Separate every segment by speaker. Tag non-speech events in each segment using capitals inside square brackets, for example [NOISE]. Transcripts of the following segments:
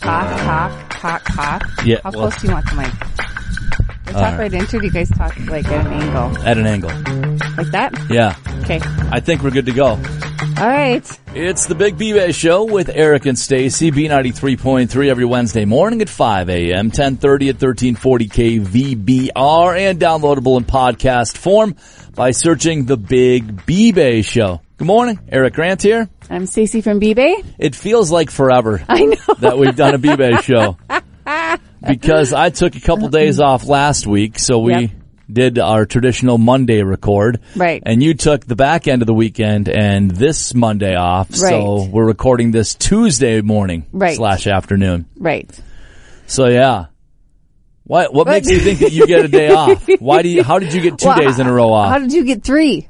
Speaker 1: Cock, cock, cock, cock.
Speaker 2: Yeah,
Speaker 1: How
Speaker 2: well-
Speaker 1: close do you want the mic? We talk
Speaker 2: Alright.
Speaker 1: right into it. Do you guys talk like at an angle,
Speaker 2: at an angle.
Speaker 1: like that?
Speaker 2: Yeah.
Speaker 1: Okay.
Speaker 2: I think we're good to go.
Speaker 1: All right.
Speaker 2: It's the Big B-Bay Show with Eric and Stacy, B93.3 every Wednesday morning at 5 a.m., 1030 at 1340K VBR, and downloadable in podcast form by searching the Big B-Bay Show. Good morning, Eric Grant here.
Speaker 1: I'm Stacy from B-Bay.
Speaker 2: It feels like forever
Speaker 1: [LAUGHS] I know.
Speaker 2: that we've done a B-Bay Show because I took a couple days off last week, so we
Speaker 1: Yep.
Speaker 2: did our traditional Monday record.
Speaker 1: Right.
Speaker 2: And you took the back end of the weekend and this Monday off, so
Speaker 1: Right.
Speaker 2: we're recording this Tuesday morning
Speaker 1: Right.
Speaker 2: slash afternoon.
Speaker 1: Right.
Speaker 2: So yeah. What, what
Speaker 1: But-
Speaker 2: makes you think that you get
Speaker 1: [LAUGHS]
Speaker 2: a day off? Why do you, how did you get two
Speaker 1: Well,
Speaker 2: days in a row off?
Speaker 1: How did you get three?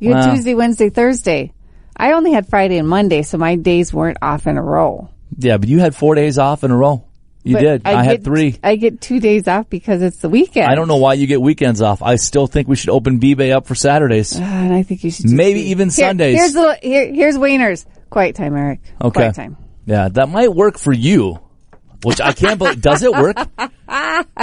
Speaker 1: You had
Speaker 2: Wow.
Speaker 1: Tuesday, Wednesday, Thursday. I only had Friday and Monday, so my days weren't off in a row.
Speaker 2: yeah, but you had four days off in a row. You
Speaker 1: But
Speaker 2: did. I, had
Speaker 1: get-
Speaker 2: three.
Speaker 1: I get two days off because it's the weekend.
Speaker 2: I don't know why you get weekends off. I still think we should open B-Bay up for Saturdays.
Speaker 1: Ah, and I think you should just
Speaker 2: Maybe
Speaker 1: be-
Speaker 2: even
Speaker 1: Here-
Speaker 2: Sundays.
Speaker 1: Here's the here, here's Wiener's quiet time, Eric.
Speaker 2: Okay.
Speaker 1: Quiet time.
Speaker 2: Yeah, that might work for you, which I can't believe. Does
Speaker 1: [LAUGHS]
Speaker 2: it work?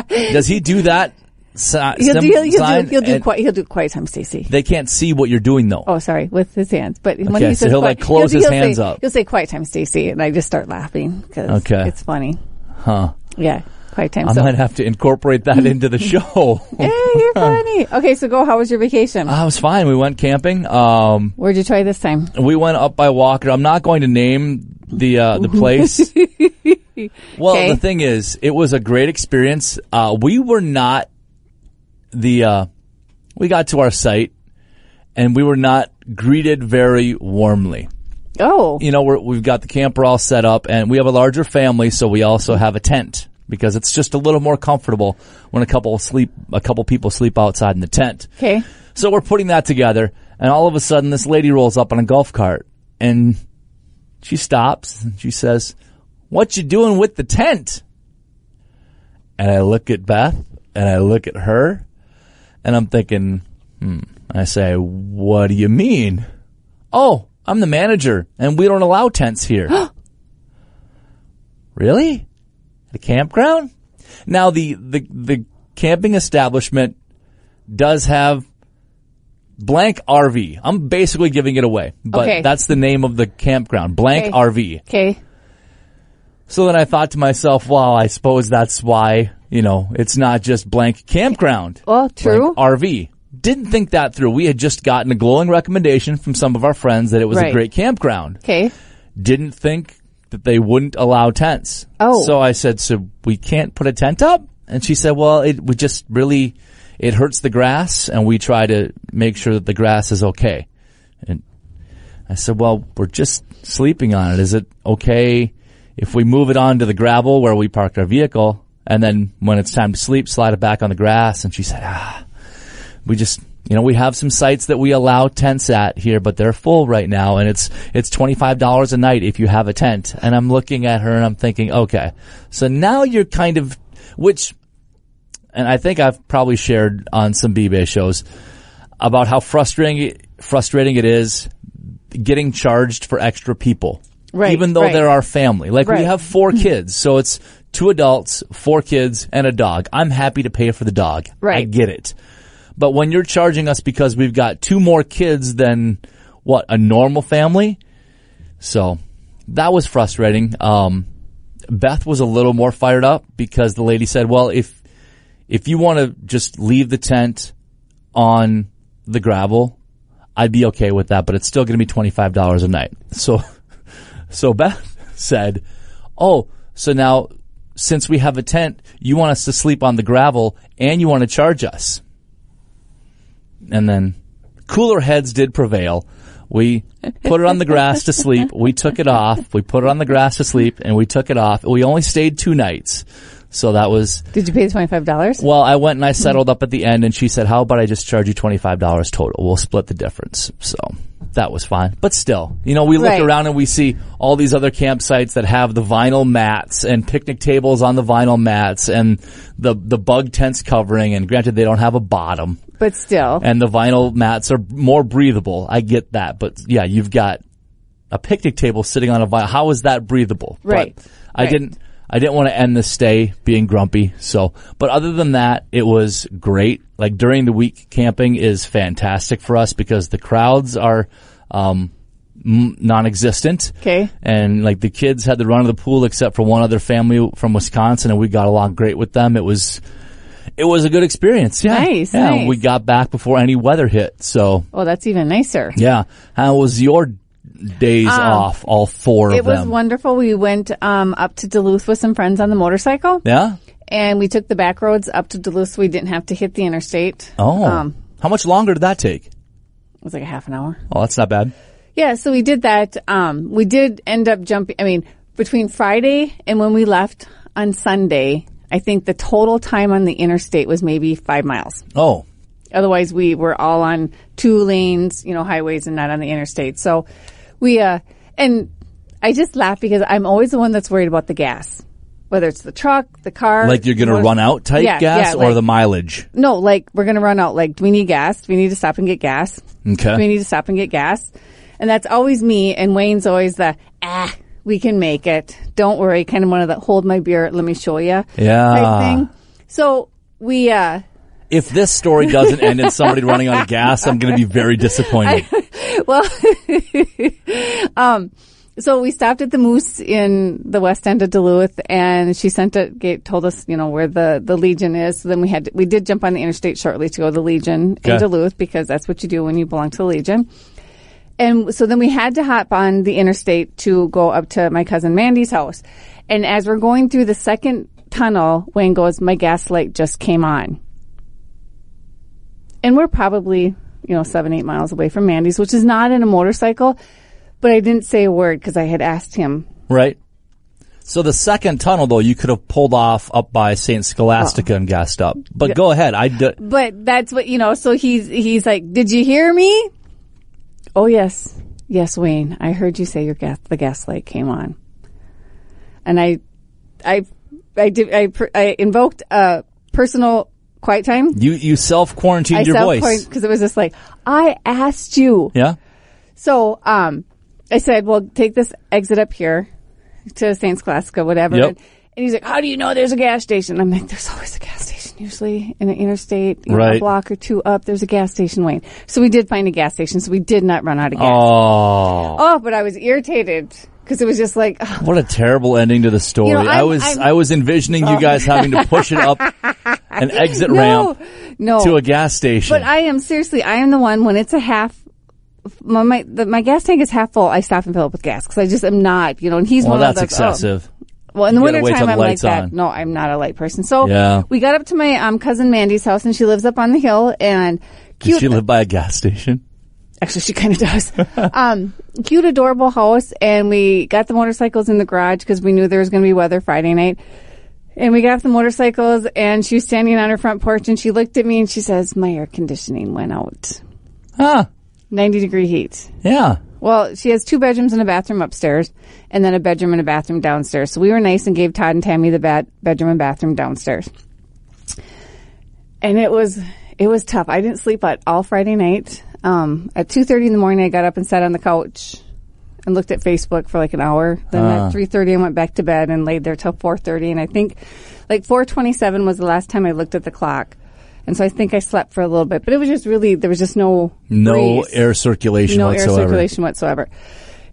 Speaker 2: Does he do that? Si-
Speaker 1: He'll
Speaker 2: sim-
Speaker 1: do he'll, he'll
Speaker 2: sign
Speaker 1: do he'll do
Speaker 2: and
Speaker 1: quiet he'll do quiet time, Stacy.
Speaker 2: They can't see what you're doing though.
Speaker 1: Oh, sorry, with his hands. But when
Speaker 2: Okay,
Speaker 1: he
Speaker 2: so
Speaker 1: says
Speaker 2: he'll,
Speaker 1: quiet-
Speaker 2: like, close his hands
Speaker 1: say,
Speaker 2: up.
Speaker 1: He'll say quiet time, Stacy, and I just start laughing because
Speaker 2: Okay.
Speaker 1: it's funny.
Speaker 2: Huh.
Speaker 1: Yeah, quiet time.
Speaker 2: I
Speaker 1: so
Speaker 2: might have to incorporate that
Speaker 1: [LAUGHS]
Speaker 2: into the show. [LAUGHS]
Speaker 1: hey, you're funny. Okay, so go. How was your vacation?
Speaker 2: I was fine. We went camping. Um,
Speaker 1: Where'd you try this time?
Speaker 2: we went up by Walker. I'm not going to name the uh, the place. well,
Speaker 1: Okay.
Speaker 2: the thing is, it was a great experience. Uh, we were not the uh, we got to our site and we were not greeted very warmly.
Speaker 1: Oh,
Speaker 2: you know, we're, we've got the camper all set up and we have a larger family, so we also have a tent because it's just a little more comfortable when a couple sleep, a couple people sleep outside in the tent.
Speaker 1: okay.
Speaker 2: So we're putting that together and all of a sudden this lady rolls up on a golf cart and she stops and she says, what you doing with the tent? And I look at Beth and I look at her and I'm thinking, hmm, I say, what do you mean? Oh, I'm the manager and we don't allow tents here. really? The campground? Now the, the, the camping establishment does have blank RV. I'm basically giving it away, but
Speaker 1: Okay.
Speaker 2: that's the name of the campground, blank
Speaker 1: Okay.
Speaker 2: RV.
Speaker 1: Okay.
Speaker 2: So then I thought to myself, well, I suppose that's why, you know, it's not just blank campground.
Speaker 1: Well, Oh, true.
Speaker 2: Blank RV. Didn't think that through. We had just gotten a glowing recommendation from some of our friends that it was
Speaker 1: Right.
Speaker 2: a great campground.
Speaker 1: Okay.
Speaker 2: Didn't think that they wouldn't allow tents.
Speaker 1: Oh.
Speaker 2: So I said, so we can't put a tent up? And she said, well, it would just really, it hurts the grass and we try to make sure that the grass is okay. And I said, well, we're just sleeping on it. Is it okay if we move it onto the gravel where we parked our vehicle? And then when it's time to sleep, slide it back on the grass. And she said, ah, we just, you know, we have some sites that we allow tents at here, but they're full right now. And it's, it's $25 a night if you have a tent. And I'm looking at her and I'm thinking, okay, so now you're kind of, which, and I think I've probably shared on some B-Bay shows about how frustrating, frustrating it is getting charged for extra people.
Speaker 1: Right,
Speaker 2: Even though
Speaker 1: right.
Speaker 2: there are family. Like we
Speaker 1: Right.
Speaker 2: have four kids, so it's two adults, four kids, and a dog. I'm happy to pay for the dog. I
Speaker 1: Right.
Speaker 2: get it. But when you're charging us because we've got two more kids than what, a normal family? So that was frustrating. Um, Beth was a little more fired up because the lady said, well, if, if you want to just leave the tent on the gravel, I'd be okay with that, but it's still going to be $25 a night. So, so Beth [LAUGHS] said, Oh, so now since we have a tent, you want us to sleep on the gravel and you want to charge us. And then cooler heads did prevail. We put it on the grass to sleep. We took it off. We put it on the grass to sleep and we took it off. We only stayed two nights. So that was,
Speaker 1: Did you pay the twenty five dollars?
Speaker 2: well, I went and I settled up at the end and she said, how about I just charge you $25 total? We'll split the difference. So that was fine. But still, you know, we look
Speaker 1: Right.
Speaker 2: around and we see all these other campsites that have the vinyl mats and picnic tables on the vinyl mats and the, the bug tents covering. And granted, they don't have a bottom.
Speaker 1: but still.
Speaker 2: and the vinyl mats are more breathable. I get that, but yeah, you've got a picnic table sitting on a vinyl. How is that breathable?
Speaker 1: Right.
Speaker 2: But I
Speaker 1: Right.
Speaker 2: didn't. I didn't want to end this stay being grumpy. So, but other than that, it was great. Like during the week, camping is fantastic for us because the crowds are um, m- non-existent.
Speaker 1: Okay.
Speaker 2: And like the kids had the run of the pool, except for one other family from Wisconsin, and we got along great with them. It was it was a good experience. Yeah.
Speaker 1: Nice,
Speaker 2: Yeah.
Speaker 1: nice.
Speaker 2: We got back before any weather hit. So
Speaker 1: Well, Oh, that's even nicer.
Speaker 2: yeah. How was your days off? All four
Speaker 1: Um, It
Speaker 2: of
Speaker 1: was
Speaker 2: them.
Speaker 1: wonderful. We went um, up to Duluth with some friends on the motorcycle,
Speaker 2: yeah.
Speaker 1: and we took the back roads up to Duluth. so We didn't have to hit the interstate.
Speaker 2: Oh.
Speaker 1: um,
Speaker 2: how much longer did that take?
Speaker 1: it was like a half an hour.
Speaker 2: Oh, that's not bad.
Speaker 1: Yeah, so we did that. Um, we did end up jumping. I mean, between Friday and when we left on Sunday, I think the total time on the interstate was maybe five miles.
Speaker 2: Oh.
Speaker 1: Otherwise, we were all on two lanes, you know, highways and not on the interstate. So we, uh, and I just laugh because I'm always the one that's worried about the gas, whether it's the truck, the car.
Speaker 2: Like you're gonna
Speaker 1: Most-
Speaker 2: run out type
Speaker 1: Yeah,
Speaker 2: gas
Speaker 1: yeah,
Speaker 2: or
Speaker 1: like-
Speaker 2: the mileage?
Speaker 1: No, like we're going to run out. Like, do we need gas? Do we need to stop and get gas?
Speaker 2: Okay.
Speaker 1: We need to stop and get gas. And that's always me. And Wayne's always the, ah, we can make it. Don't worry. Kind of one of the hold my beer. Let me show you.
Speaker 2: Yeah.
Speaker 1: Type thing. So we, uh,
Speaker 2: If this story doesn't end
Speaker 1: [LAUGHS]
Speaker 2: in somebody running out of gas, I'm going to be very disappointed.
Speaker 1: well, um, so we stopped at the Moose in the west end of Duluth, and she sent a gate, told us, you know, where the, the Legion is. So then we had we did jump on the interstate shortly to go to the Legion
Speaker 2: Okay.
Speaker 1: in Duluth because that's what you do when you belong to the Legion. And so then we had to hop on the interstate to go up to my cousin Mandy's house. And as we're going through the second tunnel, Wayne goes, "My gas light just came on." and we're probably you know seven eight miles away from mandy's which is not in a motorcycle but i didn't say a word because i had asked him
Speaker 2: Right. So the second tunnel, though, you could have pulled off up by St.
Speaker 1: Oh.
Speaker 2: Scholastica and gassed up. But go ahead. I d-
Speaker 1: but that's what you know so he's he's like did you hear me oh yes yes wayne i heard you say your gas the gas light came on and i i i did i, per- I invoked a personal quiet time
Speaker 2: you you self quarantined your voice.
Speaker 1: because it was just like i asked you
Speaker 2: Yeah.
Speaker 1: So, um, I said, well, take this exit up here to St. Scholastica, whatever.
Speaker 2: Yep.
Speaker 1: And, and he's like, how do you know there's a gas station? I'm like, there's always a gas station usually in an interstate, you know,
Speaker 2: Right.
Speaker 1: a block or two up. There's a gas station, Wayne. So we did find a gas station. So we did not run out of gas.
Speaker 2: Oh,
Speaker 1: Oh, but I was irritated because it was just like, oh, ugh,
Speaker 2: what a terrible ending to the story.
Speaker 1: You know,
Speaker 2: I
Speaker 1: I'm-
Speaker 2: was
Speaker 1: I'm- Oh.
Speaker 2: I was envisioning you guys having to push it up
Speaker 1: [LAUGHS]
Speaker 2: an exit
Speaker 1: no,
Speaker 2: ramp
Speaker 1: no.
Speaker 2: to a gas station.
Speaker 1: but I am seriously, I am the one when it's a half. My my, the, my gas tank is half full. I stop and fill up with gas because I just am not, you know. And he's
Speaker 2: well,
Speaker 1: one
Speaker 2: that's
Speaker 1: of those. oh.
Speaker 2: excessive.
Speaker 1: Well, in the
Speaker 2: You gotta
Speaker 1: winter
Speaker 2: wait till
Speaker 1: time,
Speaker 2: the
Speaker 1: I'm like
Speaker 2: light's on.
Speaker 1: that. No, I'm not a light person. So
Speaker 2: Yeah.
Speaker 1: we got up to my um, cousin Mandy's house, and she lives up on the hill. And
Speaker 2: Did
Speaker 1: cute,
Speaker 2: she live by a gas station?
Speaker 1: [LAUGHS] actually, she kind of
Speaker 2: [LAUGHS]
Speaker 1: does. um, cute, adorable house. And we got the motorcycles in the garage because we knew there was going to be weather Friday night. And we got off the motorcycles, and she was standing on her front porch, and she looked at me, and she says, "My air conditioning went out.
Speaker 2: Huh.
Speaker 1: 90 degree heat."
Speaker 2: Yeah.
Speaker 1: Well, she has two bedrooms and a bathroom upstairs, and then a bedroom and a bathroom downstairs. So we were nice and gave Todd and Tammy the bat- bedroom and bathroom downstairs. And it was it was tough. I didn't sleep at all Friday night. Um, at two thirty in the morning, I got up and sat on the couch and looked at Facebook for like an hour. Then at three thirty, I went back to bed and laid there till four thirty. And I think like four twenty seven was the last time I looked at the clock. And so I think I slept for a little bit, but it was just really there was just no
Speaker 2: No
Speaker 1: breeze
Speaker 2: air circulation
Speaker 1: no
Speaker 2: whatsoever.
Speaker 1: air circulation whatsoever.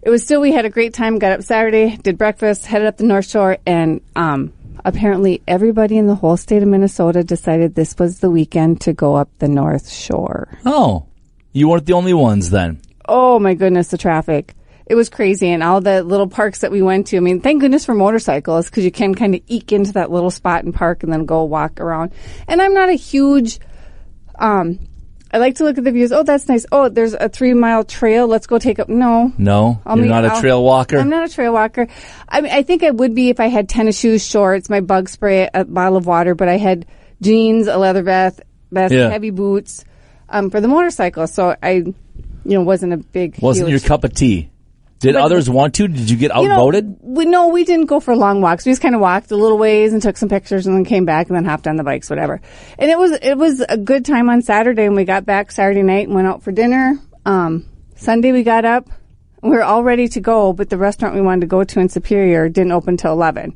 Speaker 1: It was still, we had a great time, got up Saturday, did breakfast, headed up the North Shore, and um, apparently everybody in the whole state of Minnesota decided this was the weekend to go up the North Shore.
Speaker 2: Oh, you weren't the only ones then.
Speaker 1: Oh my goodness, the traffic. It was crazy, and all the little parks that we went to. I mean, thank goodness for motorcycles because you can kind of eke into that little spot and park and then go walk around. And I'm not a huge, um, I like to look at the views. Oh, that's nice. Oh, there's a three mile trail. Let's go take a, no.
Speaker 2: No,
Speaker 1: I'll
Speaker 2: you're
Speaker 1: meet-
Speaker 2: not a
Speaker 1: I'll-
Speaker 2: trail walker.
Speaker 1: I'm not a trail walker. I mean, I think I would be if I had tennis shoes, shorts, my bug spray, a bottle of water, but I had jeans, a leather vest, vest
Speaker 2: Yeah.
Speaker 1: heavy boots um, for the motorcycle. So I, you know, wasn't a big.
Speaker 2: Wasn't
Speaker 1: huge-
Speaker 2: your cup of tea? Did others want to? Did you get
Speaker 1: You know,
Speaker 2: outvoted?
Speaker 1: we, no, we didn't go for long walks. We just kind of walked a little ways and took some pictures and then came back and then hopped on the bikes, whatever. And it was, it was a good time on Saturday and we got back Saturday night and went out for dinner. Um, Sunday we got up. We were all ready to go, but the restaurant we wanted to go to in Superior didn't open till 11.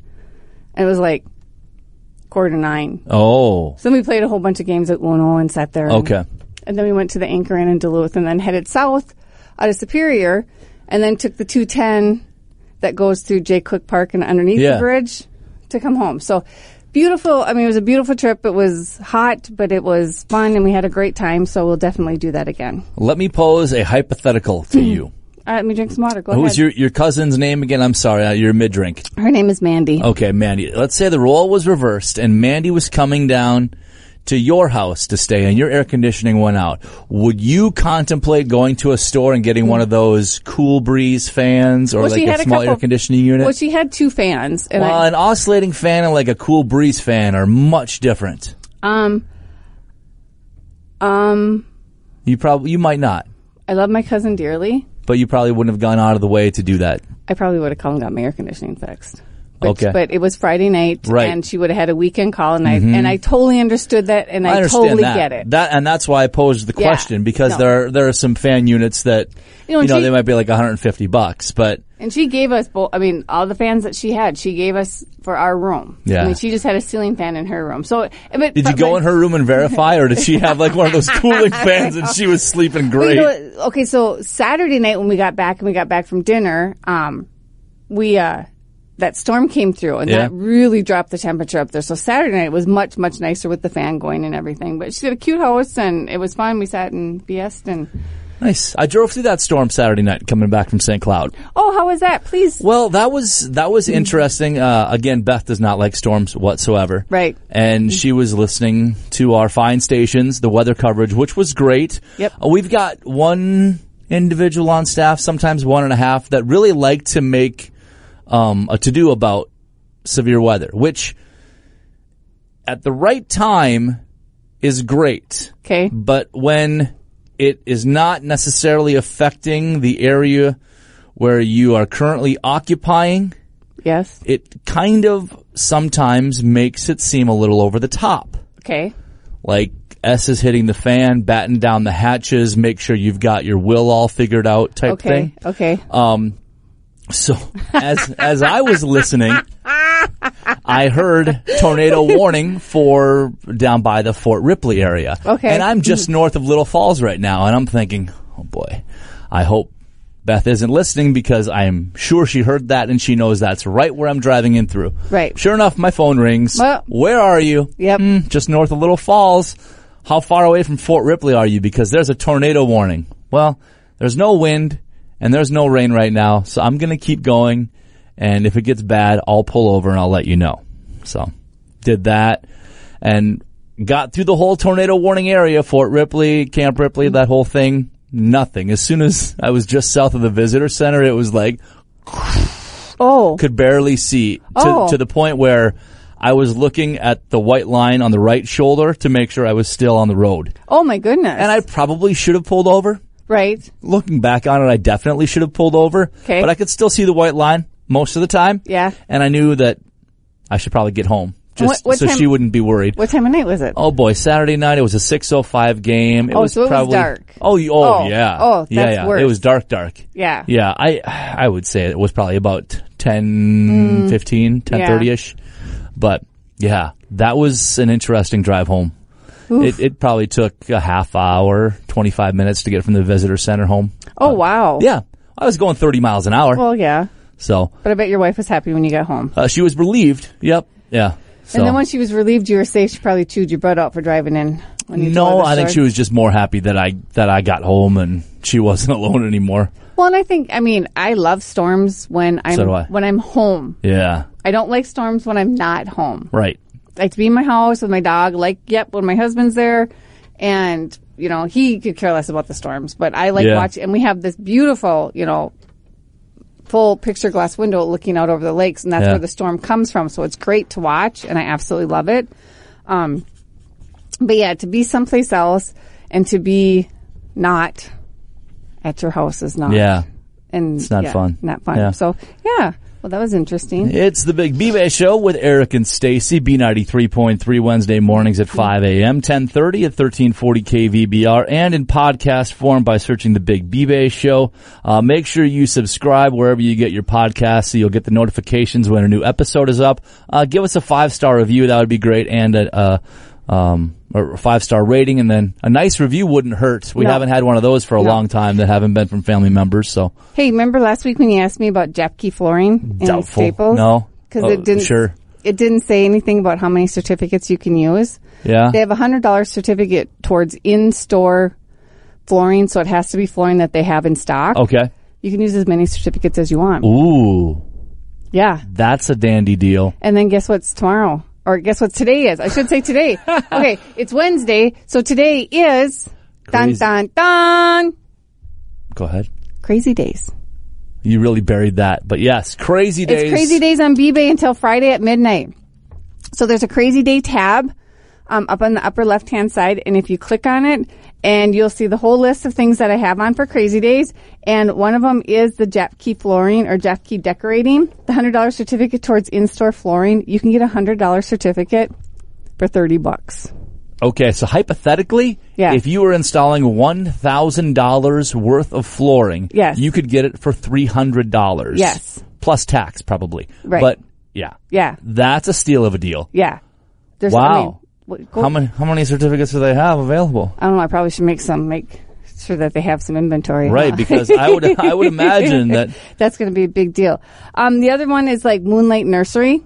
Speaker 1: And it was like quarter to nine.
Speaker 2: oh,
Speaker 1: So then we played a whole bunch of games at Uno and sat there. and-
Speaker 2: okay.
Speaker 1: and then we went to the Anchor Inn in Duluth and then headed south out of Superior and then took the 210 that goes through Jay Cook Park and underneath
Speaker 2: Yeah.
Speaker 1: the bridge to come home. So beautiful. I mean, it was a beautiful trip. It was hot, but it was fun and we had a great time. So we'll definitely do that again.
Speaker 2: Let me pose a hypothetical to you.
Speaker 1: Uh, let me drink some water. Go ahead.
Speaker 2: Who's your your cousin's name again? I'm sorry, uh, you're mid drink.
Speaker 1: Her name is Mandy.
Speaker 2: Okay, Mandy. Let's say the role was reversed and Mandy was coming down to your house to stay and your air conditioning went out. Would you contemplate going to a store and getting one of those cool breeze fans or
Speaker 1: Well,
Speaker 2: like
Speaker 1: she had a
Speaker 2: a small air
Speaker 1: couple-
Speaker 2: conditioning unit?
Speaker 1: Well, she had two fans and
Speaker 2: well,
Speaker 1: I,
Speaker 2: an oscillating fan and like a cool breeze fan are much different.
Speaker 1: um, um,
Speaker 2: You probably you might not,
Speaker 1: I love my cousin dearly.
Speaker 2: but you probably wouldn't have gone out of the way to do that.
Speaker 1: I probably would have called and got my air conditioning fixed. But,
Speaker 2: Okay.
Speaker 1: But it was Friday night,
Speaker 2: Right. Mm-hmm.
Speaker 1: and she would have had a weekend call, and I and I totally understood that, and I,
Speaker 2: understand
Speaker 1: totally
Speaker 2: that.
Speaker 1: get it.
Speaker 2: That and that's why I posed the
Speaker 1: Yeah.
Speaker 2: question because
Speaker 1: No.
Speaker 2: there are, there are some fan units that
Speaker 1: You
Speaker 2: you know,
Speaker 1: know, and she-
Speaker 2: they might be like 150 bucks, but
Speaker 1: and she gave us both. I mean, all the fans that she had, she gave us for our room.
Speaker 2: Yeah.
Speaker 1: I mean, she just had a ceiling fan in her room. So, but,
Speaker 2: did you go in her room and verify, or did she have like one
Speaker 1: [LAUGHS]
Speaker 2: of those cooling fans and she was sleeping great?
Speaker 1: okay, so Saturday night when we got back and we got back from dinner, um, we uh, that storm came through and
Speaker 2: Yeah.
Speaker 1: that really dropped the temperature up there. So Saturday night was much much nicer with the fan going and everything. But she had a cute house and it was fun. We sat and BS'd and
Speaker 2: nice. I drove through that storm Saturday night coming back from St. Cloud.
Speaker 1: oh, how was that? Please,
Speaker 2: Well, that was that was
Speaker 1: Mm-hmm.
Speaker 2: interesting. Uh, again, Beth does not like storms whatsoever.
Speaker 1: Right. Mm-hmm.
Speaker 2: And she was listening to our fine stations, the weather coverage, which was great.
Speaker 1: Yep.
Speaker 2: Uh, we've got one individual on staff, sometimes one and a half, that really like to make um, a to do about severe weather, which at the right time is great
Speaker 1: okay,
Speaker 2: but when it is not necessarily affecting the area where you are currently occupying,
Speaker 1: yes,
Speaker 2: it kind of sometimes makes it seem a little over the top.
Speaker 1: okay,
Speaker 2: Like S is hitting the fan, batten down the hatches, make sure you've got your will all figured out type
Speaker 1: okay,
Speaker 2: thing.
Speaker 1: okay.
Speaker 2: Uh, So as as I was listening, I heard tornado warning for down by the Fort Ripley area.
Speaker 1: Okay.
Speaker 2: And I'm just north of Little Falls right now, and I'm thinking, oh boy, I hope Beth isn't listening because I'm sure she heard that and she knows that's right where I'm driving in through.
Speaker 1: Right.
Speaker 2: Sure enough, my phone rings.
Speaker 1: Well-
Speaker 2: where are you?
Speaker 1: Yep.
Speaker 2: "Mm, just north of Little Falls. How far away from Fort Ripley are you? Because there's a tornado warning. Well, there's no wind and there's no rain right now, so I'm gonna keep going. And if it gets bad, I'll pull over and I'll let you know. So, did that and got through the whole tornado warning area, Fort Ripley, Camp Ripley, that whole thing. Nothing. As soon as I was just south of the visitor center, it was like
Speaker 1: oh,
Speaker 2: could barely see to,
Speaker 1: Oh.
Speaker 2: to the point where I was looking at the white line on the right shoulder to make sure I was still on the road.
Speaker 1: oh my goodness!
Speaker 2: And I probably should have pulled over.
Speaker 1: right,
Speaker 2: Looking back on it, I definitely should have pulled over.
Speaker 1: 'Kay.
Speaker 2: But I could still see the white line most of the time.
Speaker 1: Yeah.
Speaker 2: And I knew that I should probably get home just
Speaker 1: What- what
Speaker 2: so
Speaker 1: time-
Speaker 2: she wouldn't be worried.
Speaker 1: what time of night was it?
Speaker 2: Oh boy, Saturday night it was a 6:05 game. It
Speaker 1: Oh,
Speaker 2: was
Speaker 1: so it was
Speaker 2: probably
Speaker 1: dark.
Speaker 2: Oh, you- oh,
Speaker 1: Oh,
Speaker 2: yeah.
Speaker 1: oh, that's
Speaker 2: yeah, yeah.
Speaker 1: worse.
Speaker 2: It was dark dark.
Speaker 1: Yeah.
Speaker 2: Yeah, I I would say it was probably about
Speaker 1: Mm.
Speaker 2: 10 15, 10:30 ish. But yeah, that was an interesting drive home. It, it probably took a half hour, 25 minutes to get from the visitor center home.
Speaker 1: Oh wow.
Speaker 2: Yeah. I was going 30 miles an hour.
Speaker 1: Well, yeah.
Speaker 2: so,
Speaker 1: But I bet your wife was happy when you got home.
Speaker 2: uh, she was relieved. Yep. Yeah. So
Speaker 1: And then when she was relieved you were safe, she probably chewed your butt out for driving in. When you
Speaker 2: No,
Speaker 1: told her the
Speaker 2: I think she
Speaker 1: story.
Speaker 2: was just more happy that I that I got home and she wasn't [LAUGHS] alone anymore.
Speaker 1: Well, and I think I mean I love storms when I'm
Speaker 2: So do I.
Speaker 1: when I'm home.
Speaker 2: Yeah.
Speaker 1: I don't like storms when I'm not home.
Speaker 2: Right.
Speaker 1: I like to be in my house with my dog. Like, yep, when my husband's there, and you know he could care less about the storms, but I like
Speaker 2: Yeah.
Speaker 1: watching. And we have this beautiful, you know, full picture glass window looking out over the lakes, and that's
Speaker 2: Yeah.
Speaker 1: where the storm comes from. So it's great to watch, and I absolutely love it. Um, but yeah, to be someplace else and to be not at your house is not
Speaker 2: Yeah.
Speaker 1: and
Speaker 2: It's not
Speaker 1: yeah,
Speaker 2: fun.
Speaker 1: Not fun.
Speaker 2: Yeah.
Speaker 1: So yeah. Well, that was interesting.
Speaker 2: It's the Big B-Bay Show with Eric and Stacy. B93.3 Wednesday mornings at 5 a.m., 1030 at 1340 KVBR, and in podcast form by searching the Big B-Bay Show. Uh, make sure you subscribe wherever you get your podcasts so you'll get the notifications when a new episode is up. Uh, give us a five-star review. That would be great. And a, uh, um, a five-star rating. And then a nice review wouldn't hurt. We
Speaker 1: No.
Speaker 2: haven't had one of those for a long time that haven't been from family members. So
Speaker 1: Hey, remember last week when you asked me about Japke flooring in
Speaker 2: Doubtful.
Speaker 1: Staples?
Speaker 2: No.
Speaker 1: because
Speaker 2: Oh,
Speaker 1: it didn't.
Speaker 2: sure.
Speaker 1: It didn't say anything about how many certificates you can use.
Speaker 2: yeah.
Speaker 1: They have a hundred dollar certificate towards in store flooring, so it has to be flooring that they have in stock.
Speaker 2: Okay.
Speaker 1: You can use as many certificates as you want.
Speaker 2: Oh. Ooh.
Speaker 1: Yeah.
Speaker 2: That's a dandy deal.
Speaker 1: And then guess what's tomorrow? Or guess what today is? I should say
Speaker 2: [LAUGHS]
Speaker 1: today. okay, it's Wednesday, so today is
Speaker 2: Crazy.
Speaker 1: dun dun dun
Speaker 2: Go ahead.
Speaker 1: crazy days.
Speaker 2: You really buried that. But yes, crazy days.
Speaker 1: It's crazy days on B-Bay until Friday at midnight. So there's a crazy day tab um, up on the upper left hand side, and if you click on it, and you'll see the whole list of things that I have on for crazy days. And one of them is the Japkey flooring or Japkey decorating, the hundred dollar certificate towards in-store flooring. You can get a hundred dollar certificate for thirty bucks.
Speaker 2: Okay, so hypothetically,
Speaker 1: Yeah.
Speaker 2: if you were installing $1,000 worth of flooring,
Speaker 1: Yes.
Speaker 2: you could get it for $300.
Speaker 1: Yes.
Speaker 2: Plus tax, probably.
Speaker 1: Right.
Speaker 2: But yeah.
Speaker 1: Yeah,
Speaker 2: That's a steal of a deal.
Speaker 1: yeah. There's, I, mean,
Speaker 2: Wow.
Speaker 1: what- go-
Speaker 2: How many, how many certificates do they have available?
Speaker 1: I don't know. I probably should make some make sure that they have some inventory.
Speaker 2: Right,
Speaker 1: huh?
Speaker 2: because I would, I
Speaker 1: [LAUGHS]
Speaker 2: would imagine that
Speaker 1: That's going to be a big deal. Um, the other one is like Moonlight Nursery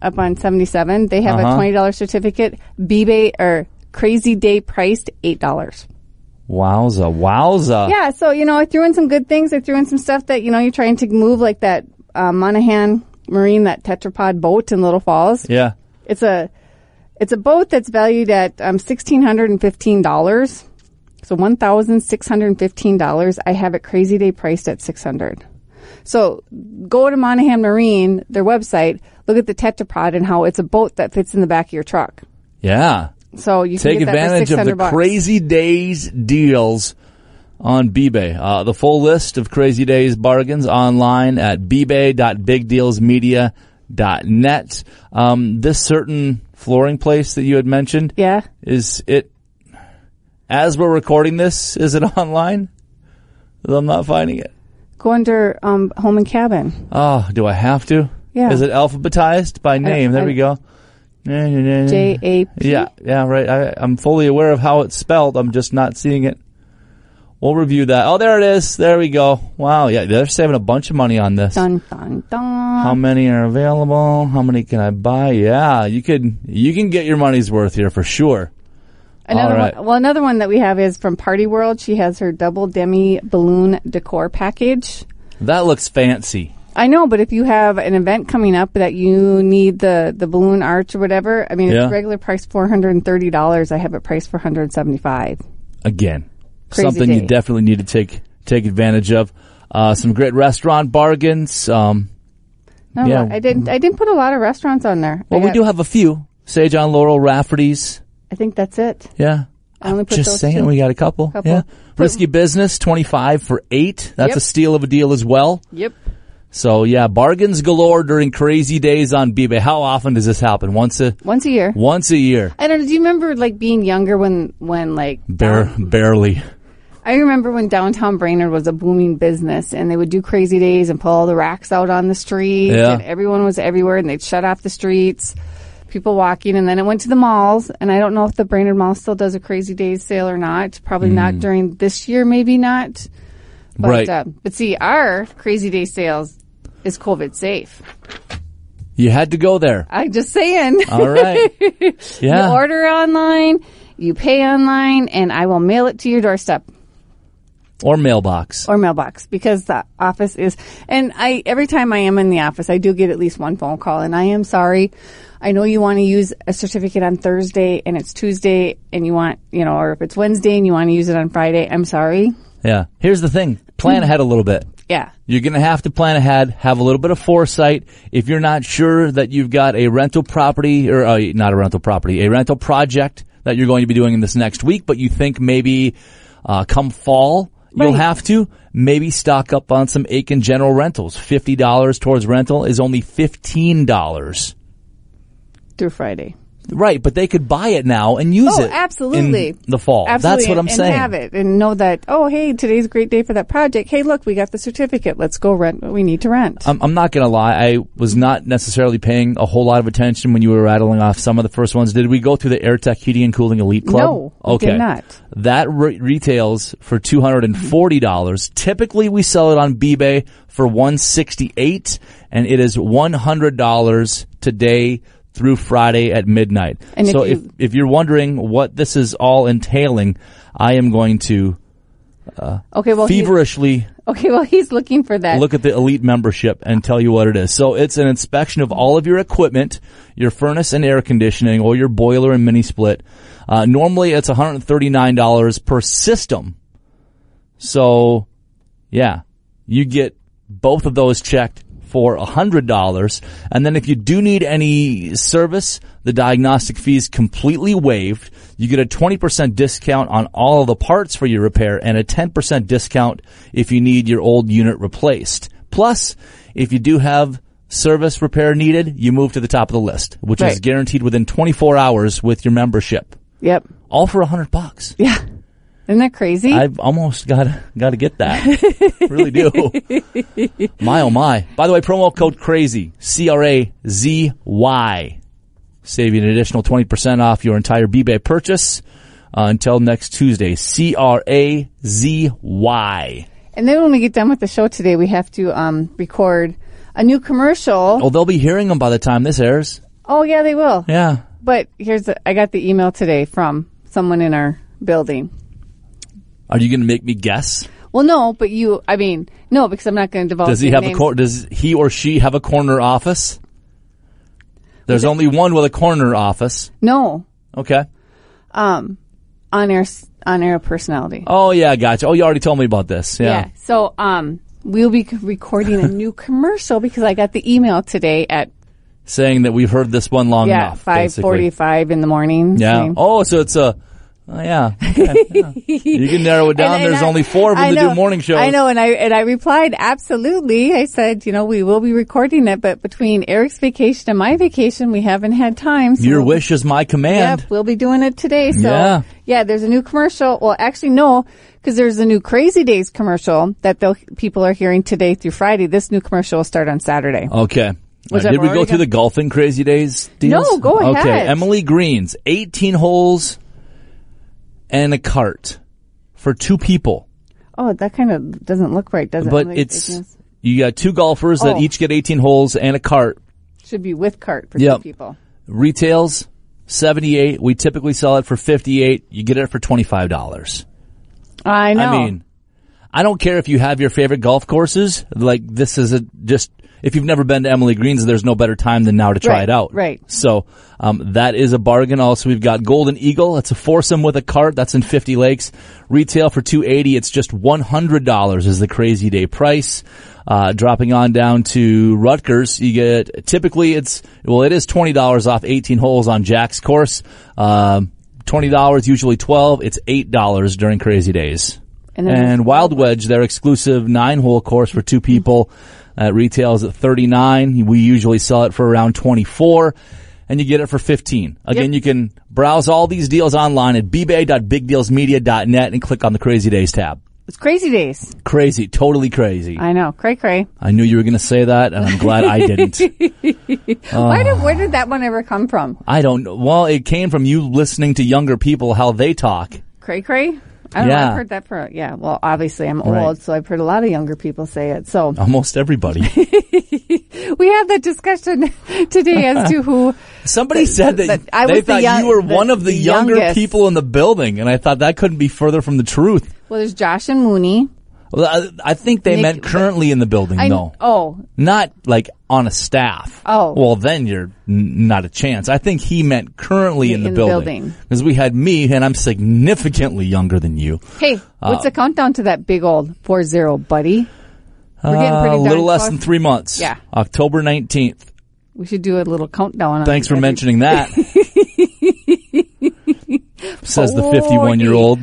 Speaker 1: up on 77. They have
Speaker 2: Uh-huh.
Speaker 1: a $20 certificate. B-Bay or Crazy Day priced $8.
Speaker 2: wowza, wowza.
Speaker 1: Yeah, so, you know, I threw in some good things. I threw in some stuff that, you know, you're trying to move like that uh, Monahan Marine, that tetrapod boat in Little Falls.
Speaker 2: Yeah.
Speaker 1: It's a it's a boat that's valued at um, $1,615. So $1,615. I have it crazy day priced at 600 So go to Monahan Marine, their website, look at the tetrapod and how it's a boat that fits in the back of your truck.
Speaker 2: Yeah.
Speaker 1: So you
Speaker 2: Take
Speaker 1: can get
Speaker 2: advantage
Speaker 1: that for
Speaker 2: of
Speaker 1: 600
Speaker 2: the
Speaker 1: bucks.
Speaker 2: crazy days deals on B-Bay. Uh, the full list of crazy days bargains online at bbay.bigdealsmedia.net. Um, this certain flooring place that you had mentioned,
Speaker 1: Yeah.
Speaker 2: is it, as we're recording this, is it [LAUGHS] online? I'm not finding it.
Speaker 1: Go under um, home and cabin.
Speaker 2: Oh, do I have to?
Speaker 1: Yeah.
Speaker 2: Is it alphabetized by name? There
Speaker 1: I-
Speaker 2: we go.
Speaker 1: J A P.
Speaker 2: Yeah, yeah, right. I, I'm fully aware of how it's spelled. I'm just not seeing it. We'll review that. Oh, there it is. There we go. Wow. Yeah, they're saving a bunch of money on this.
Speaker 1: Dun, dun, dun.
Speaker 2: How many are available? How many can I buy? Yeah, you could. You can get your money's worth here for sure.
Speaker 1: Another
Speaker 2: All right.
Speaker 1: one, well, another one that we have is from Party World. She has her double demi balloon decor package.
Speaker 2: That looks fancy.
Speaker 1: I know, but if you have an event coming up that you need the the balloon arch or whatever, I mean,
Speaker 2: Yeah.
Speaker 1: it's regular price four hundred and thirty dollars. I have it priced for one hundred seventy five.
Speaker 2: Again,
Speaker 1: Crazy
Speaker 2: something you
Speaker 1: day.
Speaker 2: definitely need to take take advantage of. Uh, some great restaurant bargains. Um,
Speaker 1: No,
Speaker 2: Yeah. Mm-hmm.
Speaker 1: I didn't. I didn't put a lot of restaurants on there.
Speaker 2: well,
Speaker 1: I
Speaker 2: we
Speaker 1: got-
Speaker 2: do have a few. Sage on Laurel, Rafferty's.
Speaker 1: I think that's it.
Speaker 2: Yeah.
Speaker 1: I only put
Speaker 2: Just
Speaker 1: those
Speaker 2: saying,
Speaker 1: two.
Speaker 2: we got a couple.
Speaker 1: Couple.
Speaker 2: Yeah. Risky business, 25 for eight. That's
Speaker 1: Yep.
Speaker 2: a steal of a deal as well.
Speaker 1: Yep.
Speaker 2: So yeah, bargains galore during crazy days on b How often does this happen? Once a,
Speaker 1: Once a year.
Speaker 2: once a year.
Speaker 1: I don't. know, Do you remember like being younger when when like
Speaker 2: Bare,
Speaker 1: Um,
Speaker 2: barely.
Speaker 1: I remember when downtown Brainerd was a booming business and they would do crazy days and pull all the racks out on the street
Speaker 2: Yeah.
Speaker 1: and everyone was everywhere and they'd shut off the streets, people walking and then it went to the malls and I don't know if the Brainerd Mall still does a crazy days sale or not. Probably not during this year, maybe not. But,
Speaker 2: Hmm. Right.
Speaker 1: Uh, but see, our crazy day sales is COVID safe.
Speaker 2: You had to
Speaker 1: [LAUGHS]
Speaker 2: go there.
Speaker 1: I'm just saying.
Speaker 2: All right. Oh, Yeah.
Speaker 1: You order online, you pay online and I will mail it to your doorstep.
Speaker 2: or mailbox.
Speaker 1: or mailbox because the office is and I every time I am in the office I do get at least one phone call and I am sorry. I know you want to use a certificate on Thursday and it's Tuesday and you want, you know, or if it's Wednesday and you want to use it on Friday, I'm sorry.
Speaker 2: Yeah. Here's the thing.
Speaker 1: [LAUGHS]
Speaker 2: Plan ahead a little bit.
Speaker 1: Yeah.
Speaker 2: You're going to have to plan ahead, have a little bit of foresight. If you're not sure that you've got a rental property or uh, not a rental property, a rental project that you're going to be doing in this next week, but you think maybe uh, come fall You'll
Speaker 1: Right.
Speaker 2: have to maybe stock up on some Aiken General rentals. $50 towards rental is only $15.
Speaker 1: through Friday.
Speaker 2: Right, but they could buy it now and use
Speaker 1: Oh,
Speaker 2: it
Speaker 1: absolutely.
Speaker 2: in the fall.
Speaker 1: Absolutely,
Speaker 2: That's what I'm
Speaker 1: and,
Speaker 2: saying.
Speaker 1: And have it and know that, oh, hey, today's a great day for that project. Hey, look, we got the certificate. Let's go rent what we need to rent.
Speaker 2: I'm, I'm not going to lie. I was not necessarily paying a whole lot of attention when you were rattling off some of the first ones. Did we go through the AirTech Heating and Cooling Elite Club?
Speaker 1: No, we
Speaker 2: Okay.
Speaker 1: did not.
Speaker 2: That re- retails for $240. Typically we sell it on eBay for 168 and it is $100 today through Friday at midnight.
Speaker 1: And if
Speaker 2: so
Speaker 1: you-
Speaker 2: if, if you're wondering what this is all entailing, I am going to
Speaker 1: okay, well, he-
Speaker 2: feverishly
Speaker 1: [LAUGHS] okay, well, he's looking for that.
Speaker 2: look at the elite membership and tell you what it is. So it's an inspection of all of your equipment, your furnace and air conditioning, or your boiler and mini split. Uh, normally it's $139 per system. So yeah, you get both of those checked for $100. And then if you do need any service, the diagnostic fee is completely waived. You get a 20% discount on all of the parts for your repair and a 10% discount if you need your old unit replaced. Plus, if you do have service repair needed, you move to the top of the list, which is
Speaker 1: Right.
Speaker 2: guaranteed within 24 hours with your membership.
Speaker 1: yep.
Speaker 2: All for 100 bucks.
Speaker 1: Yeah. Isn't that crazy?
Speaker 2: I've almost got got to get [LAUGHS] that. really do. My oh my. By the way, promo code crazy C R A Z Y, save you an additional twenty percent off your entire BBay purchase uh, until next Tuesday. C R A Z Y.
Speaker 1: and then when we get done with the show today, we have to um, record a new commercial. Oh,
Speaker 2: Well, they'll be hearing them by the time this airs.
Speaker 1: yeah, they will.
Speaker 2: Yeah.
Speaker 1: But here's the, I got the email today from someone in our building.
Speaker 2: Are you going to make me guess?
Speaker 1: Well, no, but you, I mean, no, because I'm not going to divulge.
Speaker 2: Does he
Speaker 1: their
Speaker 2: have a
Speaker 1: names.
Speaker 2: cor- Does he or she have a corner office? There's only one with a corner office.
Speaker 1: No,
Speaker 2: Okay.
Speaker 1: on air, on air personality.
Speaker 2: Oh yeah, gotcha. Oh, you already told me about this. Yeah.
Speaker 1: Yeah. So um, we'll be c- recording a new commercial because I got the email today at
Speaker 2: Saying that we've heard this one long
Speaker 1: yeah
Speaker 2: enough.
Speaker 1: five
Speaker 2: basically.
Speaker 1: forty-five in the morning.
Speaker 2: Yeah.
Speaker 1: Same.
Speaker 2: Oh, so it's a. Oh, yeah.
Speaker 1: [LAUGHS]
Speaker 2: Okay, yeah. You can narrow it down.
Speaker 1: And- and
Speaker 2: There's
Speaker 1: I-
Speaker 2: only four of
Speaker 1: I
Speaker 2: them to
Speaker 1: know.
Speaker 2: do morning shows.
Speaker 1: I know, and I and I replied absolutely. I said, you know, we will be recording it, but between Eric's vacation and my vacation, we haven't had time. So
Speaker 2: Your
Speaker 1: we'll-
Speaker 2: wish is my command.
Speaker 1: Yep, we'll be doing it today. So
Speaker 2: Yeah.
Speaker 1: yeah, there's a new commercial. Well, actually, no, because there's a new Crazy Days commercial that they'll, people are hearing today through Friday. This new commercial will start on Saturday.
Speaker 2: Okay. All right,
Speaker 1: I've
Speaker 2: did we go
Speaker 1: already
Speaker 2: through
Speaker 1: got-
Speaker 2: the golfing crazy days deals?
Speaker 1: No, go
Speaker 2: Okay.
Speaker 1: ahead.
Speaker 2: Emily Greens, 18 holes and a cart for two people.
Speaker 1: Oh, that kind of doesn't look right, does it?
Speaker 2: But
Speaker 1: Like,
Speaker 2: it's, you got two golfers that
Speaker 1: Oh.
Speaker 2: each get 18 holes and a cart.
Speaker 1: should be with cart for
Speaker 2: Yep.
Speaker 1: two people.
Speaker 2: Retails 78. We typically sell it for 58. You get it for $25.
Speaker 1: I know.
Speaker 2: I mean, I don't care if you have your favorite golf courses. Like this is a just if you've never been to Emily Greens, there's no better time than now to try
Speaker 1: Right,
Speaker 2: it out.
Speaker 1: right.
Speaker 2: So um, that is a bargain. Also, we've got Golden Eagle. That's a foursome with a cart. That's in 50 Lakes. Retail for 280. It's just $100 is the crazy day price. Uh, dropping on down to Rutgers, you get typically it's well, it is twenty dollars off 18 holes on Jack's course. Um, twenty dollars, usually twelve. It's eight dollars during crazy days.
Speaker 1: And
Speaker 2: And,
Speaker 1: then-
Speaker 2: Wild Wedge, their exclusive nine hole course for two people, uh, retails at 39. We usually sell it for around 24 and you get it for 15.
Speaker 1: Yep.
Speaker 2: Again, you can browse all these deals online at bbay.bigdealsmedia.net and click on the crazy days tab.
Speaker 1: it's crazy days.
Speaker 2: Crazy, totally crazy. I,
Speaker 1: I know. Cray cray.
Speaker 2: knew you were going to say that and I'm glad I didn't. Uh.
Speaker 1: Why did, where did that one ever come from?
Speaker 2: I don't know. Well, it came from you listening to younger people, how they talk.
Speaker 1: Cray cray? I don't know.
Speaker 2: Yeah.
Speaker 1: I've heard that for, yeah. Well, obviously I'm old,
Speaker 2: Right.
Speaker 1: so I've heard a lot of younger people say it. So
Speaker 2: Almost everybody.
Speaker 1: we had that discussion [LAUGHS] today as to who
Speaker 2: Somebody said that,
Speaker 1: that I
Speaker 2: they
Speaker 1: was the
Speaker 2: thought
Speaker 1: young-
Speaker 2: you were
Speaker 1: the-
Speaker 2: one of the,
Speaker 1: the
Speaker 2: younger
Speaker 1: youngest.
Speaker 2: people in the building, and I thought that couldn't be further from the truth.
Speaker 1: Well, there's Josh and Mooney.
Speaker 2: Well, I, I think they
Speaker 1: Nick-
Speaker 2: meant currently in the building,
Speaker 1: I,
Speaker 2: though,
Speaker 1: Oh,
Speaker 2: not like on a staff.
Speaker 1: Oh.
Speaker 2: well, then you're n- not a chance. I think he meant currently in the
Speaker 1: In the
Speaker 2: building
Speaker 1: building.
Speaker 2: because we had me, and I'm significantly younger than you.
Speaker 1: hey,
Speaker 2: Uh,
Speaker 1: what's the countdown to that big old four zero, buddy? We're getting
Speaker 2: Uh,
Speaker 1: pretty
Speaker 2: a
Speaker 1: darn
Speaker 2: little less
Speaker 1: close.
Speaker 2: than three months.
Speaker 1: Yeah.
Speaker 2: October nineteenth.
Speaker 1: We should do a little countdown. on
Speaker 2: Thanks for
Speaker 1: every- [LAUGHS]
Speaker 2: mentioning that. Says the 51 year old.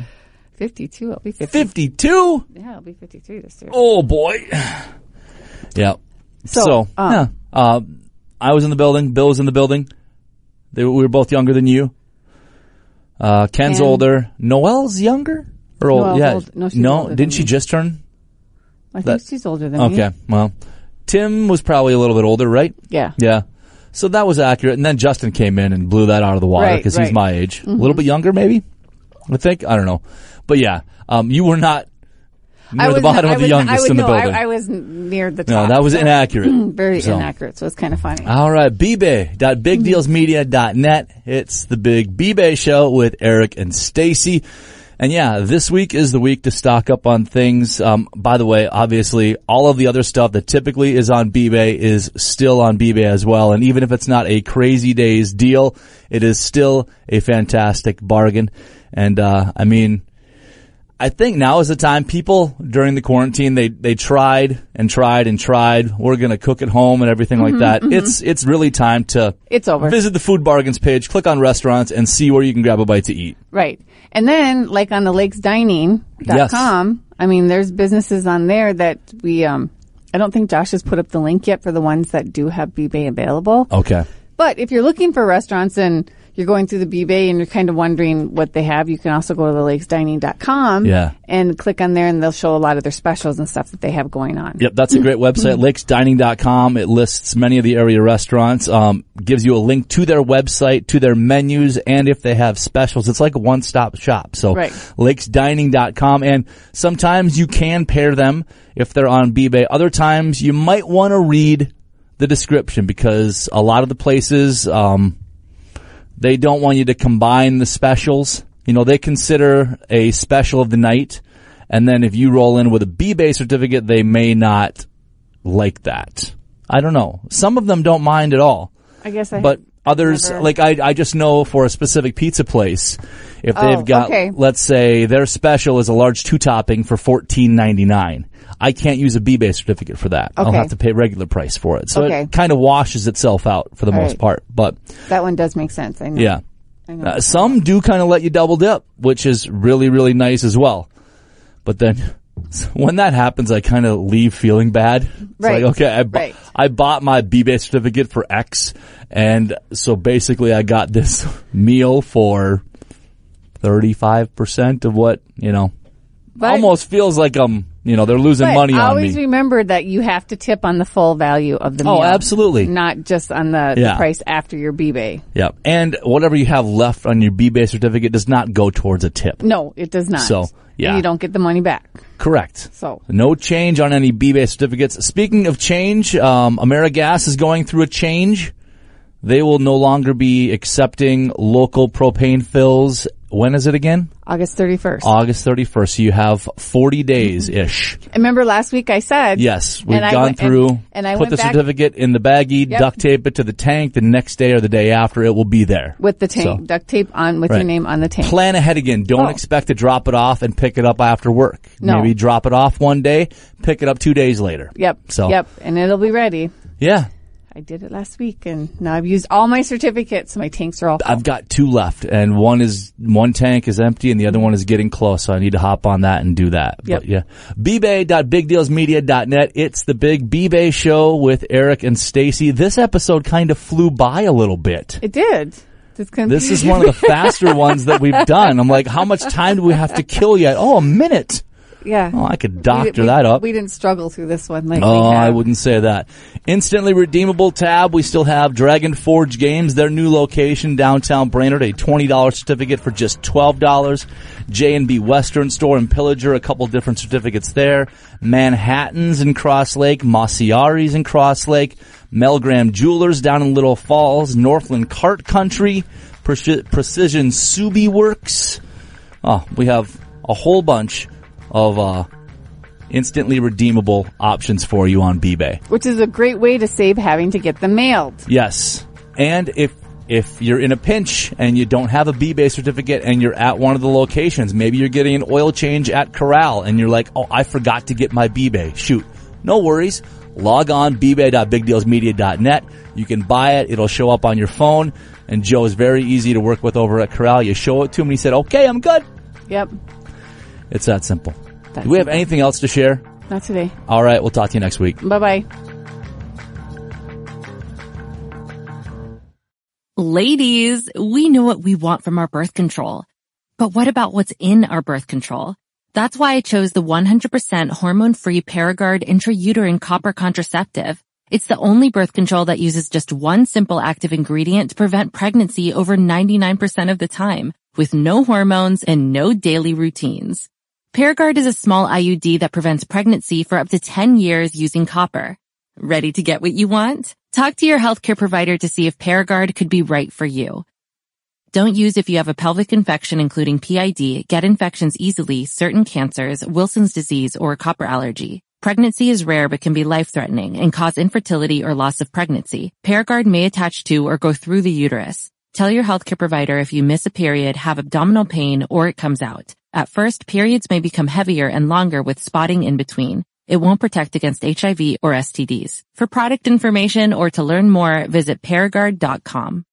Speaker 1: 52. I'll be 50.
Speaker 2: 52?
Speaker 1: Yeah, I'll be 53 this year.
Speaker 2: Oh boy. yeah. So,
Speaker 1: So, um,
Speaker 2: yeah. Uh, I was in the building. Bill was in the building. They, we were both younger than you. Uh, Ken's
Speaker 1: And-
Speaker 2: older. Noelle's younger? Or old,
Speaker 1: Noelle's
Speaker 2: yeah.
Speaker 1: old- no, she's older than Mm-hmm.
Speaker 2: didn't she
Speaker 1: me.
Speaker 2: just turn?
Speaker 1: I think
Speaker 2: that-
Speaker 1: she's older than me.
Speaker 2: Okay. Well, Tim was probably a little bit older, right?
Speaker 1: Yeah.
Speaker 2: Yeah. So that was accurate. And then Justin came in and blew that out of the water
Speaker 1: Right,
Speaker 2: because
Speaker 1: right. Mm-hmm.
Speaker 2: he's my age. A little bit younger, maybe? I think. I don't know. But yeah, um, you were not near
Speaker 1: I was
Speaker 2: the bottom
Speaker 1: I
Speaker 2: of the
Speaker 1: was- I
Speaker 2: youngest
Speaker 1: was,
Speaker 2: in the
Speaker 1: no,
Speaker 2: building.
Speaker 1: I, I was n- near the
Speaker 2: no,
Speaker 1: top. [LAUGHS]
Speaker 2: that
Speaker 1: [CLEARS THROAT]
Speaker 2: was inaccurate.
Speaker 1: very
Speaker 2: so. Uh,
Speaker 1: inaccurate, so it's kind of funny.
Speaker 2: All right, bbay.bigdealsmedia.net. It's the Big B-Bay Show with Eric and Stacy. And yeah, this week is the week to stock up on things. Um, by the way, obviously, all of the other stuff that typically is on B-Bay is still on B-Bay as well. And even if it's not a crazy days deal, it is still a fantastic bargain. And, uh, I mean, I think now is the time people during the quarantine they they tried and tried and tried. We're gonna cook at home and everything like that. It's it's really time to
Speaker 1: It's over.
Speaker 2: visit the food bargains page, click on restaurants, and see where you can grab a bite to eat.
Speaker 1: Right. And then, like on the lakesdining.com, I mean, there's businesses on there that we, um, I don't think Josh has put up the link yet for the ones that do have B-Bay available.
Speaker 2: Okay.
Speaker 1: But if you're looking for restaurants and you're going through the B-Bay and you're kind of wondering what they have, you can also go to thelakesdining.com
Speaker 2: Yeah.
Speaker 1: and click on there and they'll show a lot of their specials and stuff that they have going on.
Speaker 2: Yep, that's a great website, lakesdining.com. It lists many of the area restaurants, um, gives you a link to their website, to their menus, and if they have specials. It's like a one-stop shop. So
Speaker 1: Right.
Speaker 2: lakesdining.com. And sometimes you can pair them if they're on B-Bay. Other times you might want to read the description because a lot of the places, um, they don't want you to combine the specials. You know, they consider a special of the night. And then if you roll in with a B-Bay certificate, they may not like that. I don't know. Some of them don't mind at all,
Speaker 1: I guess I
Speaker 2: but others,
Speaker 1: never-
Speaker 2: like I, I just know for a specific pizza place, if
Speaker 1: Oh,
Speaker 2: they've got,
Speaker 1: okay.
Speaker 2: let's say their special is a large two topping for fourteen ninety nine, I can't use a B-Bay certificate for that. I'll
Speaker 1: Okay.
Speaker 2: have to pay regular price for it. So
Speaker 1: Okay.
Speaker 2: it kind of washes itself out for the most
Speaker 1: right.
Speaker 2: part, but
Speaker 1: that one does make sense. I know.
Speaker 2: yeah.
Speaker 1: I know.
Speaker 2: Uh, some do kind of let you double dip, which is really, really nice as well. But then [LAUGHS] when that happens, I kind of leave feeling bad. It's
Speaker 1: Right.
Speaker 2: like, okay, I, bu-
Speaker 1: Right.
Speaker 2: I bought my B-Bay certificate for X. And so basically I got this [LAUGHS] meal for 35% of what, you know,
Speaker 1: But-
Speaker 2: almost feels like I'm, you know, they're losing
Speaker 1: But
Speaker 2: money on
Speaker 1: always
Speaker 2: me.
Speaker 1: remember that you have to tip on the full value of the meal.
Speaker 2: Oh, absolutely.
Speaker 1: Not just on the, the
Speaker 2: Yeah.
Speaker 1: price after your B-Bay.
Speaker 2: yeah. And whatever you have left on your B-Bay certificate does not go towards a tip.
Speaker 1: No, it does not.
Speaker 2: So, yeah.
Speaker 1: And you don't get the money back.
Speaker 2: Correct.
Speaker 1: So.
Speaker 2: No change on any B-Bay certificates. Speaking of change, um, AmeriGas is going through a change. They will no longer be accepting local propane fills. When is it again?
Speaker 1: August 31st.
Speaker 2: August 31st. So you have 40 days ish.
Speaker 1: I remember last week I said.
Speaker 2: Yes, we've
Speaker 1: Mm-hmm. and I
Speaker 2: gone
Speaker 1: went-
Speaker 2: through,
Speaker 1: And, and I
Speaker 2: put
Speaker 1: went
Speaker 2: the
Speaker 1: back
Speaker 2: certificate in the baggie, duct tape it to the tank. The next day or the day after, it will be there.
Speaker 1: with the tank,
Speaker 2: So-
Speaker 1: duct tape on, with
Speaker 2: Right.
Speaker 1: your name on the tank.
Speaker 2: plan ahead again. Don't
Speaker 1: Oh.
Speaker 2: expect to drop it off and pick it up after work.
Speaker 1: No.
Speaker 2: Maybe drop it off one day, pick it up two days later.
Speaker 1: yep.
Speaker 2: So
Speaker 1: Yep. And it'll be ready.
Speaker 2: yeah,
Speaker 1: I did it last week and now I've used all my certificates. My tanks are all full.
Speaker 2: I've got two left, and one is one tank is empty, and the other one is getting close. So I need to hop on that and do that.
Speaker 1: Yep.
Speaker 2: But yeah, bbay.bigdealsmedia.net. It's the big bbay show with Eric and Stacy. This episode kind of flew by a little bit.
Speaker 1: It did. It's gonna
Speaker 2: This
Speaker 1: be-
Speaker 2: is one of the faster ones that we've done. I'm like, how much time do we have to kill yet? Oh, a minute.
Speaker 1: [LAUGHS] yeah.
Speaker 2: Oh, I could
Speaker 1: We
Speaker 2: doctor
Speaker 1: did- we-
Speaker 2: that up.
Speaker 1: We didn't struggle through this one like
Speaker 2: Oh,
Speaker 1: we have.
Speaker 2: I wouldn't say that. Instantly redeemable tab. We still have Dragon Forge Games, their new location downtown Brainerd. A twenty dollars certificate for just twelve dollars. J and B Western Store and Pillager, a couple different certificates there. Manhattan's in Cross Lake, Massiari's in Cross Lake, Melgram Jewelers down in Little Falls, Northland Cart Country, Preci- Precision Subi Works. Oh, we have a whole bunch of uh, instantly redeemable options for you on B-Bay.
Speaker 1: Which is a great way to save having to get them mailed.
Speaker 2: Yes. And if if you're in a pinch and you don't have a B-Bay certificate and you're at one of the locations, maybe you're getting an oil change at Corral and you're like, oh, I forgot to get my B-Bay. Shoot. No worries. Log on, bbay.bigdealsmedia.net. You can buy it. It'll show up on your phone. And Joe is very easy to work with over at Corral. You show it to him and he said, okay, I'm good.
Speaker 1: Yep.
Speaker 2: It's that simple.
Speaker 1: That
Speaker 2: Do we have
Speaker 1: simple.
Speaker 2: anything else to share?
Speaker 1: Not today.
Speaker 2: All right, we'll talk to you next week.
Speaker 1: Bye bye.
Speaker 3: Ladies, we know what we want from our birth control. But what about what's in our birth control? That's why I chose the 100% hormone-free Paragard intrauterine copper contraceptive. It's the only birth control that uses just one simple active ingredient to prevent pregnancy over 99% of the time, with no hormones and no daily routines. Paragard is a small IUD that prevents pregnancy for up to 10 years using copper. Ready to get what you want? Talk to your healthcare provider to see if Paragard could be right for you. Don't use if you have a pelvic infection, including PID, get infections easily, certain cancers, Wilson's disease, or a copper allergy. Pregnancy is rare but can be life-threatening and cause infertility or loss of pregnancy. Paragard may attach to or go through the uterus. Tell your healthcare provider if you miss a period, have abdominal pain, or it comes out. At first, periods may become heavier and longer with spotting in between. It won't protect against HIV or STDs. For product information or to learn more, visit Paragard.com.